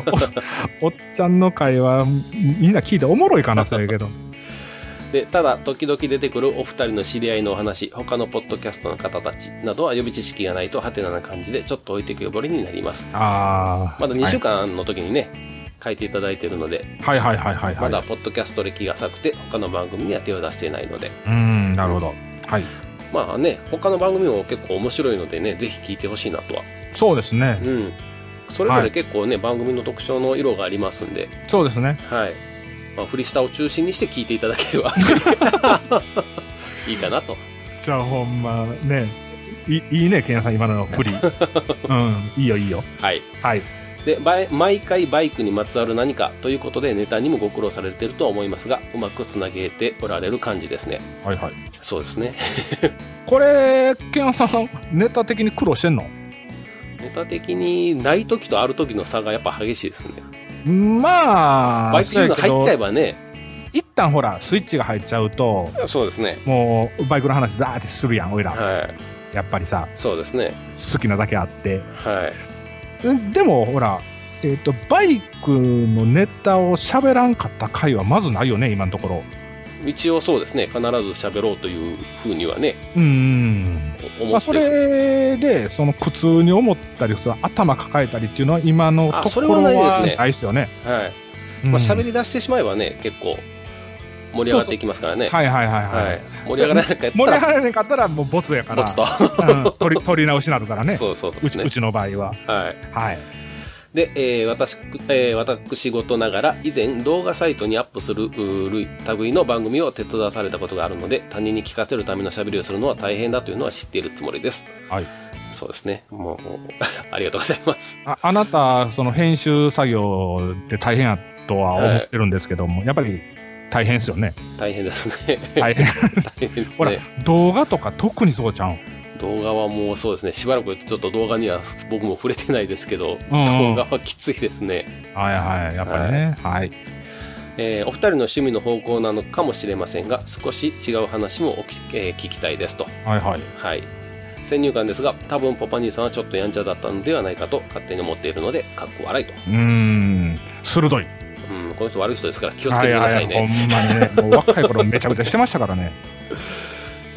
おおっちゃんの会話、みんな聞いておもろいかな、それやけど。でただ時々出てくるお二人の知り合いのお話他のポッドキャストの方たちなどは予備知識がないとハテナな感じでちょっと置いてけぼりになりますああ。まだ2週間の時にね、書いていただいているのではいはいはいはい、はい。まだポッドキャスト歴が浅くて他の番組には手を出していないのでうん、なるほど。はい。まあね他の番組も結構面白いのでねぜひ聞いてほしいなとはそうですね。うんそれぞはれい結構ね、番組の特徴の色がありますんでそうですね。はい、まあ、フリスタを中心にして聞いていただけれ ばいいかなとじゃあほんま、ね。いいいね、ケンヤさん、今のフ リー。うん、いいよいいよ。はいはい。でバイ毎回バイクにまつわる何かということでネタにもご苦労されてるとは思いますがうまくつなげておられる感じですねはいはい。そうですねこれ、ケンヤさん、ネタ的に苦労してんのネタ的にない時とある時の差がやっぱ激しいですよねまあ、バイクシーズン入っちゃえばね一旦ほら、スイッチが入っちゃうと、そうですねもう、バイクの話、だーってするやん、おいら。はいやっぱりさ、そうですね好きなだけあって。はいうんでも、ほら、えっ、と、バイクのネタを喋らんかった回はまずないよね、今のところ。一応そうですね必ず喋ろうというふうにはねうーん。お思まあ、ってそる、れで、その苦痛に思ったり、普通は頭抱えたりっていうのは、今のあとこそれろははないですねないですよね。はいうんまあ喋り出してしまえばね結構盛り上がっていきますからねはいはいはいはい。はい、盛り上がらなかったら盛り上がらなかったら、もうボツやから、ぼつと、うん取り取り直しになるからね。 そうそうでうすちねうちの場合は。はいはい。で、えー私えー私事ながら以前動画サイトにアップするうー類類の番組を手伝わされたことがあるので他人に聞かせるためのしゃべりをするのは大変だというのは知っているつもりですはいそうですねもうありがとうございますああなた、その編集作業って大変やとは思ってるんですけども、やっぱり大変です よね。大変ですね大変。大変ですほらね、動画とか特にそうちゃうん。動画はもうそうですねしばらくちょっと動画には僕も触れてないですけど、うんう動ん画はきついですね、はいはい、やっぱりね。はい。えーお二人の趣味の方向なのかもしれませんが少し違う話もおき、えー聞きたいですとはいはい。はい。先入観ですが、多分ポパ兄さんはちょっとやんちゃだったのではないかと勝手に思っているので、かっこ笑いと。うーん、鋭い。うん、この人悪い人ですから気をつけはていくだはさいいね。ほんまにね。もう若い頃めちゃくちゃしてましたか らね。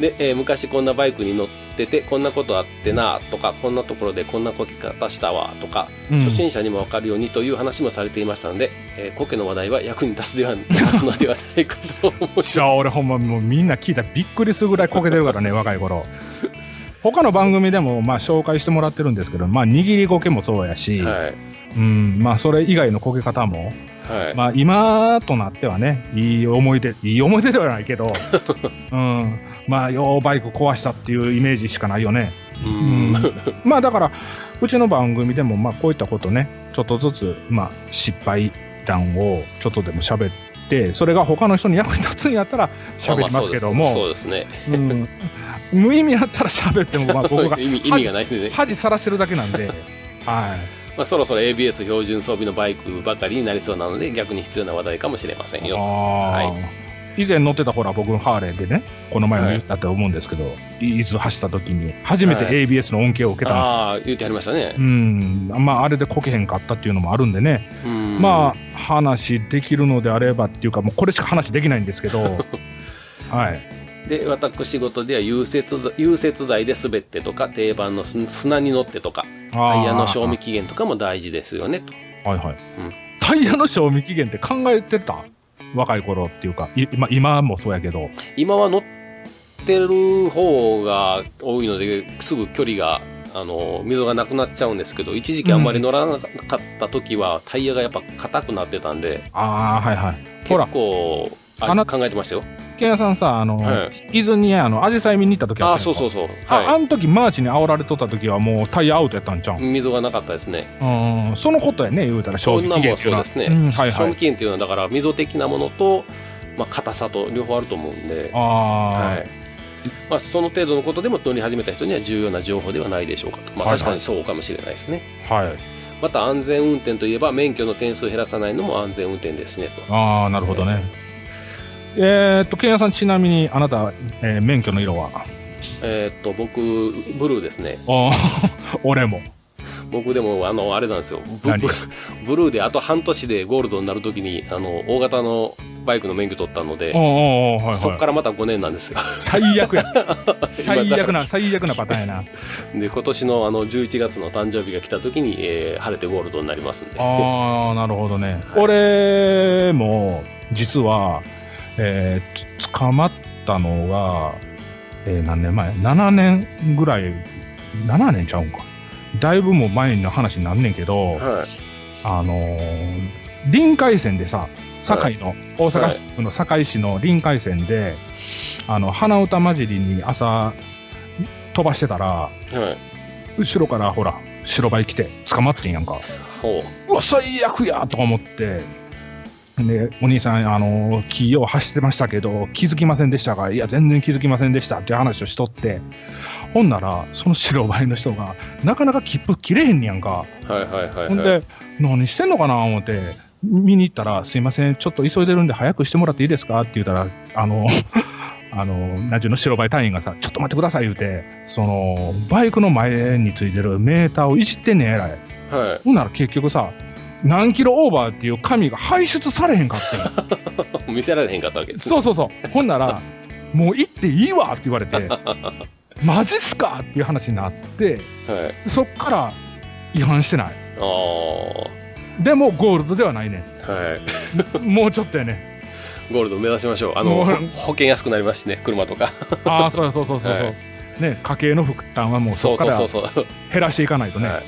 で、えー昔こんなバイクに乗ってて、こんなことあってなとか、こんなところでこんなこけ方したわとか、うん初心者にもわかるようにという話もされていましたので、えーコケの話題は役に立つでは立つのではないかと思う。じゃあ俺ほんまもうみんな聞いたらびっくりするぐらいこけてるか らね、若い頃。他の番組でもまあ紹介してもらってるんですけど、まあ握りこけもそうやし、はい。うん、まあそれ以外のこけ方も、はい。 まあ今となってはね、いい思い出、いい思い出ではない けど、うん、まあようバイク壊したっていうイメージしかないよね。ううんん、まあだから、うちの番組でもまあこういったことね、ちょっとずつ、まあ失敗談をちょっとでも喋って、それが他の人に役に立つんやったら喋りますけども、ああそうですそうですね。うん、無意味やったら喋っ てもまあ僕が意味意味がないんでね。恥さらしてるだけなん で、はい。まあ、そろそろ ABS 標準装備のバイクばかりになりそうなので逆に必要な話題かもしれませんよあーは以前乗ってたほら僕のハーレーでねこの前も言ったと思うんですけど、伊豆走った時に初めては ABS の恩恵を受けたんですよ、ああ言ってありましたねうんまああれでこけへんかったっていうのもあるんでね、うんまあ話できるのであればっていうかもうこれしか話できないんです けどはいで私事では融雪剤融雪剤で滑ってとか定番のす砂に乗ってとかタイヤの賞味期限とかも大事ですよねとはいはい、うんタイヤの賞味期限って考えてた若い頃っていうかい今今もそうやけど今は乗ってる方が多いのですぐ距離があの溝がなくなっちゃうんですけど一時期あんまり乗らなかった時はタイヤがやっぱ硬くなってたんでああはいはいほら結構ああな考えてましたよケンヤさんさあの、は伊豆にあのアジサイ見に行った時あああったやそんうかそうそうはいああの時マーチに煽られとった時はもうタイヤアウトやったんちゃう溝がなかったですね。うんそのことやね言うたら賞味期限っていうのはそんなもんそうですねんはい賞は味い期限っていうのはだから溝的なものと、まあ、硬さと両方あると思うんで、ああ、はい、まあ、その程度のことでも乗り始めた人には重要な情報ではないでしょうかと、まあ、はいはい確かにそうかもしれないですね、はい。また安全運転といえば免許の点数を減らさないのも安全運転ですねとああ、なるほどね。えーっと、ケンヤさん、ちなみに、あなた、えー免許の色はえーっと僕ブルーですねあー 俺も。僕でもあのあれなんですよブ何ブ ブルーであと半年でゴールドになるときにあの大型のバイクの免許取ったので、おうおうおうはいそこはからまた5年なんですよ い。最悪や。最悪今だかな、最悪なパターンやな。らで今年のあの11月の誕生日が来たときに、えー晴れてゴールドになりますんでああ、なるほどね。はい俺も、実は、えーつ捕まったのが、えー何年前 ?7 年ぐらい、7年ちゃうんか。だいぶもう前の話になんねんけど、はいあのー臨海線でさ、堺の、大阪府の堺市の臨海線で、あの、鼻歌混じりに朝、飛ばしてたら、はい後ろからほら、白バイ来て、捕まってんやんか。ほうわ、最悪やとか思って、で、お兄さん、あの、木を走ってましたけど、気づきませんでしたが、いや、全然気づきませんでしたっていう話をしとって、ほんなら、その白バイの人が、なかなか切符切れへんねやんか。うはいはいはいほんはいで、何してんのかな思って、見に行ったら、すいません、ちょっと急いでるんで早くしてもらっていいですかって言ったら、あの、 あの、なんちゅうの、白バイ隊員がさ、ちょっと待ってください言うて、その、バイクの前についてるメーターをいじってんねん、えらい。はい ほんなら結局さ、何キロオーバーっていう紙が排出されへんかってん見せられへんかったわ けですねそうそうそう。ほんなら、もう行っていいわって言わ れて、マジっすかっていう話になって、はいそっから違反してない。ああでもゴールドではないね。はいもうちょっとやね。ゴールド目指しましょう。あの、もうほ保険安くなりますしね、車とか。ああ、そうそうそうそうそう。 はね、家計の負担はもうそそっうかそうらそうそう。減らしていかないとね。はい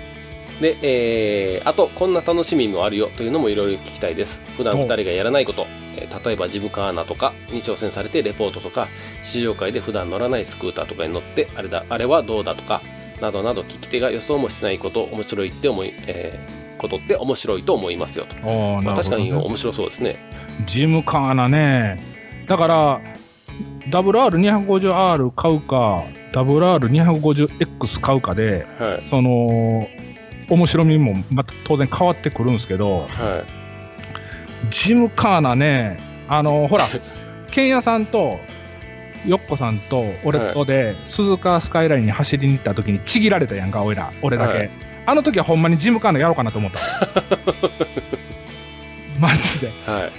で、えーあと、こんな楽しみもあるよというのもいろいろ聞きたいです。普段お二人がやらないこと、えー例えばジムカーナとかに挑戦されてレポートとか、試乗会で普段乗らないスクーターとかに乗って、あれだ、あれはどうだとか、などなど聞き手が予想もしないこと、面白いって思い、えーことって面白いと思いますよと。おーまあ、なる確ほかどねに面白そうですね。ジムカーナね。だから、WR250R 買うか、WR250X 買うかで、はい。その、面白みもまた当然変わってくるんですけど、はい。ジムカーナね、あ の、ほら、ケンヤさんと、ヨッコさんと俺とで、鈴鹿スカイラインに走りに行った時にちぎられたやんか、おいら、俺だけ。はいあの時はほんまにジムカーナやろうかなと 思った。マジで。はい。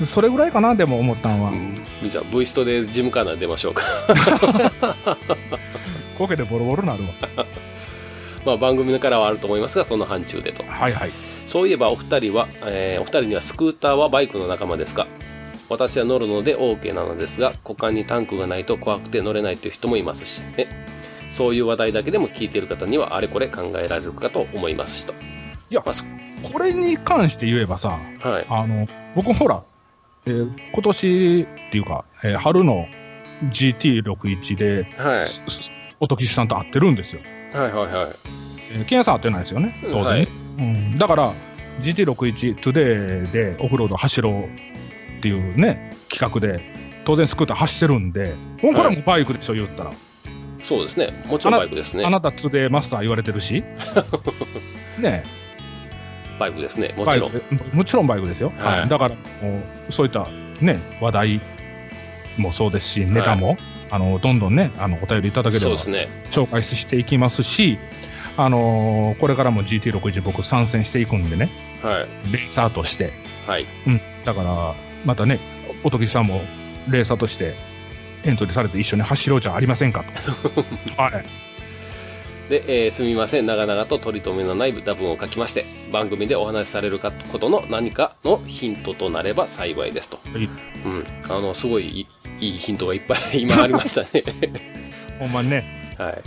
うん。それぐらいかな、でも思ったんは。うんじゃあ、V ストでジムカーナ出ましょうか。 こけてボロボロなるわ。まあ、番組からはあると思いますが、その範疇でと。はいはい。そういえばお二人は、えーお二人にはスクーターはバイクの仲間ですか私は乗るので OK なのですが、股間にタンクがないと怖くて乗れないという人もいますしね。そういう話題だけでも聞いている方にはあれこれ考えられるかと思いますしと。いやまあそこれに関して言えばさ、はい。あの、僕ほら、えー今年っていうか、えー春の GT61 で、はい。すす音吉さんと会ってるんですよ。はいはいはい。えー、ケンヤさん会ってないですよね、当然。はいうん、だから、GT61 トゥデイでオフロード走ろうっていうね、企画で、当然スクーター走ってるんで、もうこれはもうバイクでしょ、言ったら。そうですね。もちろんバイクですねあ。なたトゥデイマスター言われて るし。ねバイクですね。もバちイろん。クもちろんバイクですよ、はいだからもうそういった、ね、話題もそうですし、ネタも、あのどんどんねあのお便りいただけれそうばですね。紹介していきますし、あのーこれからも GT61 僕参戦していくんでねはい。レーサーとしてはい。だからまたねおときさんもレーサーとしてエントリーされて一緒に走ろうじゃありませんか とはいで、えーすみません長々と取り留めのない打文を書きまして番組でお話しされるかことの何かのヒントとなれば幸いですと、いうん、あのすごいいいいいヒントがいっぱい 今ありました ね、ほんまにねはい、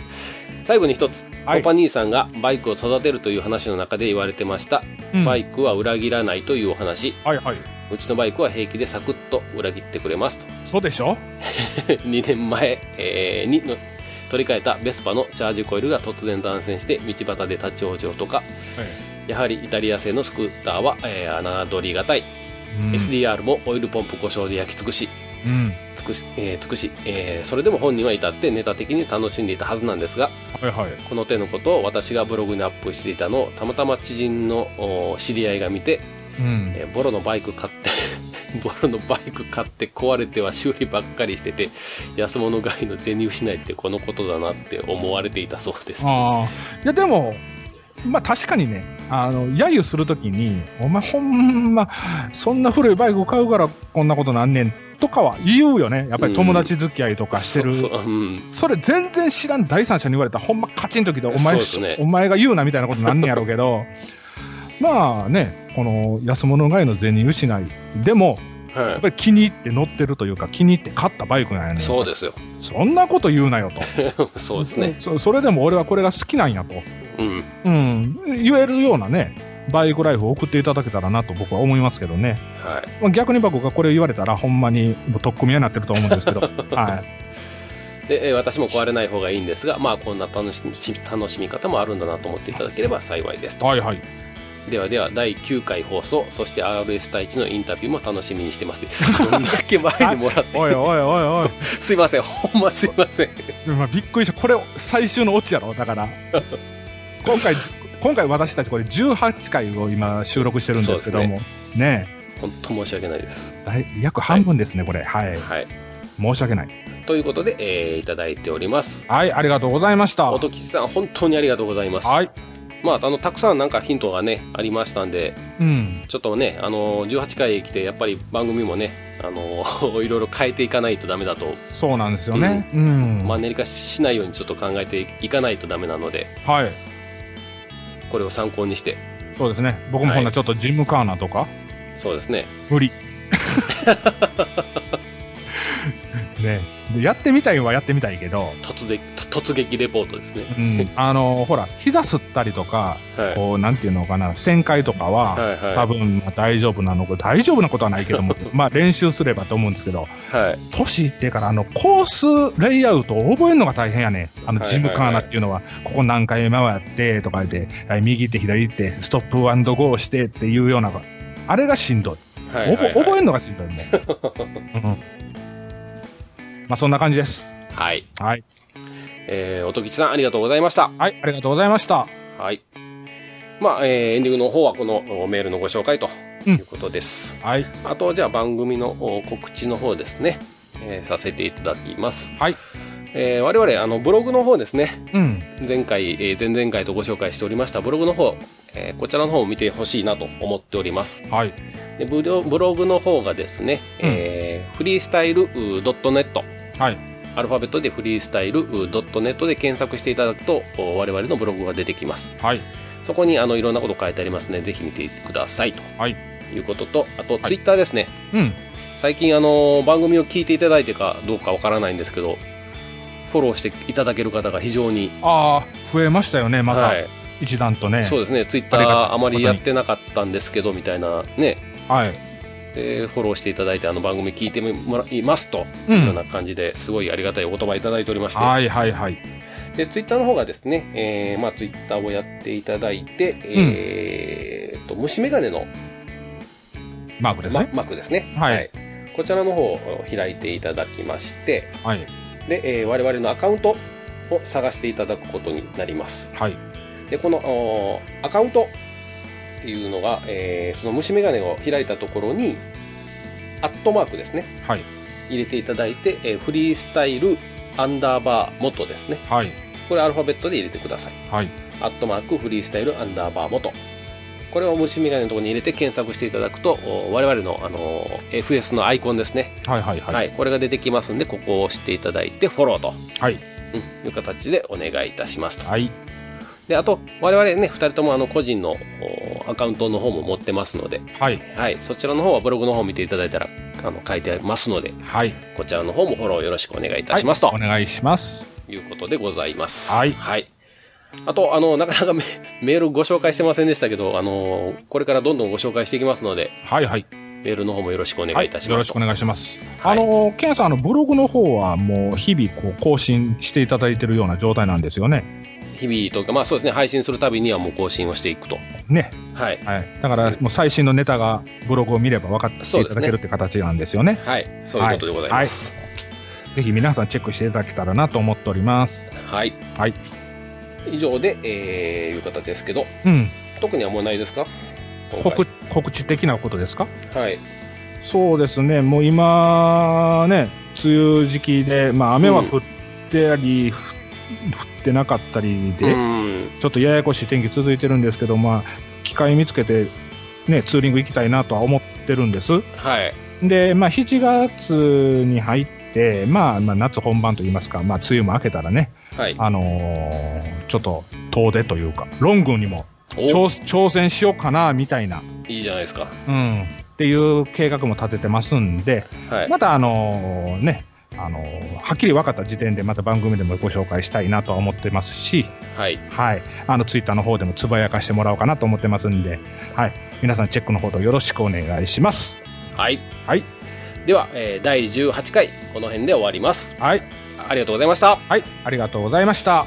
最後に一つ、はいパパ兄さんがバイクを育てるという話の中で言われてました、うんバイクは裏切らないというお話はいはいうちのバイクは平気でサクッと裏切ってくれますとそうでしょ2年前、えーにの取り替えたベスパのチャージコイルが突然断線して道端で立ち往生とか、やはりイタリア製のスクーターは、えー、侮りがたい、うん SDR もオイルポンプ故障で焼き尽くしうん突尽くし,、えー尽くしえーそれでも本人は至ってネタ的に楽しんでいたはずなんですがはいはい。この手のことを私がブログにアップしていたのをたまたま知人のお知り合いが見て、うん。えーボロのバイク買って ボロのバイク買って壊れては修理ばっかりしてて安物買いの銭失いってこのことだなって思われていたそうですああ。いや、でも、まあ確かにね、あの、揶揄するときに、お前ほんま、そんな古いバイク買うからこんなことなんねんとかは言うよね。やっぱり友達付き合いとかしてる。そうそううんそれ全然知らん第三者に言われたらほんまカチンときておそう前,、ですねお前が言うなみたいなことなんねやろうけど まあねこの安物買いの銭失いでもやっはぱり気に入って乗ってるというか気に入って買ったバイクなんやねい、んそうですよ そんなこと言うなよとそうですねそそれでも俺はこれが好きなんやと、うんうん、言えるようなねバイクライフを送っていただけたらなと僕は思いますけどね、はいまあ、逆に僕がこれ言われたらほんまにもう取っ組み合いになってると思うん ですけど、はい、でえー私も壊れない方がいいんですがまあこんな楽しみ楽しみ方もあるんだなと思っていただければ幸いですとはいはいではでは第9回放送そして RS 対1のインタビューも楽しみにしてますってどんだけ前にもらっておいおいおいおいすいませんほんますいませんまあ、びっくりしたこれ最終のオチやろだから今回今回私たちこれ18回を今収録してるんですけどもね本当申し訳ないですえだい約半分ですね、これはいはい申し訳ないということで、えーいただいておりますはいありがとうございました音吉さん本当にありがとうございます、はいまああのたくさんなんかヒントがねありましたんでうんちょっとねあの18回来てやっぱり番組もねあの いろいろ変えていかないとダメだとそうなんですよねうん、マンネリ化しないようにちょっと考えていかないとダメなのではいこれを参考にしてそうですね僕もはいほんなちょっとジムカーナとか、そうですね 無理ねでやってみたいはやってみたいけど、突撃突撃レポートですねうん、あのほら膝すったりとかはいこうなんていうのかな旋回とかは、はいはい多分まあ大丈夫なのか大丈夫なことはないけ どもまあ練習すればと思うんですけどはい年いってからあのコースレイアウトを覚えるのが大変やねあのはいジムカーナっていうのは,、ここ何回回ってとか言って、はい右行って左行ってストップゴーをしてっていうようなあれがしんどい,は覚、いはいはい覚えるのがしんどいね、うんまあそんな感じですはいはい、えー、音吉さんありがとうございましたはい、ありがとうございましたはいまあ、えーエンディングの方はこのおメールのご紹介ということです、はいあとじゃあ番組のお告知の方ですね、えーさせていただきますはい、えー我々あのブログの方ですねうん前回、えー前々回とご紹介しておりましたブログの方、えーこちらの方を見てほしいなと思っております。はいでブロブログの方がですね、うんえーフリースタイル .net、はいアルファベットでフリースタイル .net で検索していただくと、お我々のブログが出てきます。はいそこにあのいろんなこと書いてありますので、ぜひ見てくださいと、はいい、うことと、あとツイッターですね、うん最近あの番組を聞いていただいてかどうかわからないんですけど、フォローしていただける方が非常に、ああ増えましたよねまたはい、一段とね、そうですね、ツイッタありがーたいあまりやってなかったんですけどみたいなね、はいでフォローしていただいて、あの番組聞いてもらいますとう、いうようんな感じですごいありがたいお言葉いただいておりまして、はいはいはいでツイッターの方がですね、えーまあ、ツイッターをやっていただいて、えーと虫眼鏡のマークですマね、マークですね、はいこちらの方を開いていただきまして、はいでえー我々のアカウントを探していただくことになります。はいでこのおーアカウントっていうのが、えーその虫眼鏡を開いたところにアットマークですねはい入れていただいて、えーフリースタイルアンダーバー元ですねはいこれアルファベットで入れてくださいはいアットマークフリースタイルアンダーバー元これを虫眼鏡のところに入れて検索していただくとお我々の、あのー FS のアイコンですね、はいはいはいはいこれが出てきますんでここを押していただいてフォローと、はいうんいう形でお願いいたしますとはいで、あと、我々ね、二人ともあの個人のおアカウントの方も持ってますので、はいはい、そちらの方はブログの方を見ていただいたら、あの、書いてありますので、はいこちらの方もフォローよろしくお願いいたします、とお願いしますいうことでございます。はいはい。あと、あの、なか なかメメールご紹介してませんでしたけど、あの、これからどんどんご紹介していきますので、はいはいメールの方もよろしくお願はいいよたしまろすしと。くお願いします、はいあのケンさんあのブログの方はもう日々こう更新していただいてるような状態なんですよね日々というか、まあそうですね、配信するたびにはもう更新をしていくと。ねはい。はいだからもう最新のネタがブログを見れば分かってそういですただねけるって形なんですよねはい。そういうことでございます。ぜひ皆さんチェックしていただけたらなと思っております。はい、はい、以上で、えーいう形ですけどうん、特にはもうないですか今回告告知的なことですかはいそうですね、もう今ね、梅雨時期で、まあ、雨は降ってあり、ふ降ってなかったりうで、んちょっとややこしい天気続いてるんですけど、まあ、機会見つけて、ね、ツーリング行きたいなとは思ってるんです。はいで、まあ、7月に入って、まあ、まあ、夏本番といいますか、まあ、梅雨も明けたらね、はいあのーちょっと遠出というか、ロングにもお挑挑戦しようかな、みたいな、いいじゃないですかうん、っていう計画も立ててますんで、はい、またあのね、あのはっきり分かった時点でまた番組でもご紹介したいなとは思ってますし、はいはい、あのツイッターの方でもつぶやかしてもらおうかなと思ってますんで、はい、皆さんチェックのほどよろしくお願いします。はい、はいでは、えー第18回この辺で終わりますはい、ありがとうございましたはい、ありがとうございました。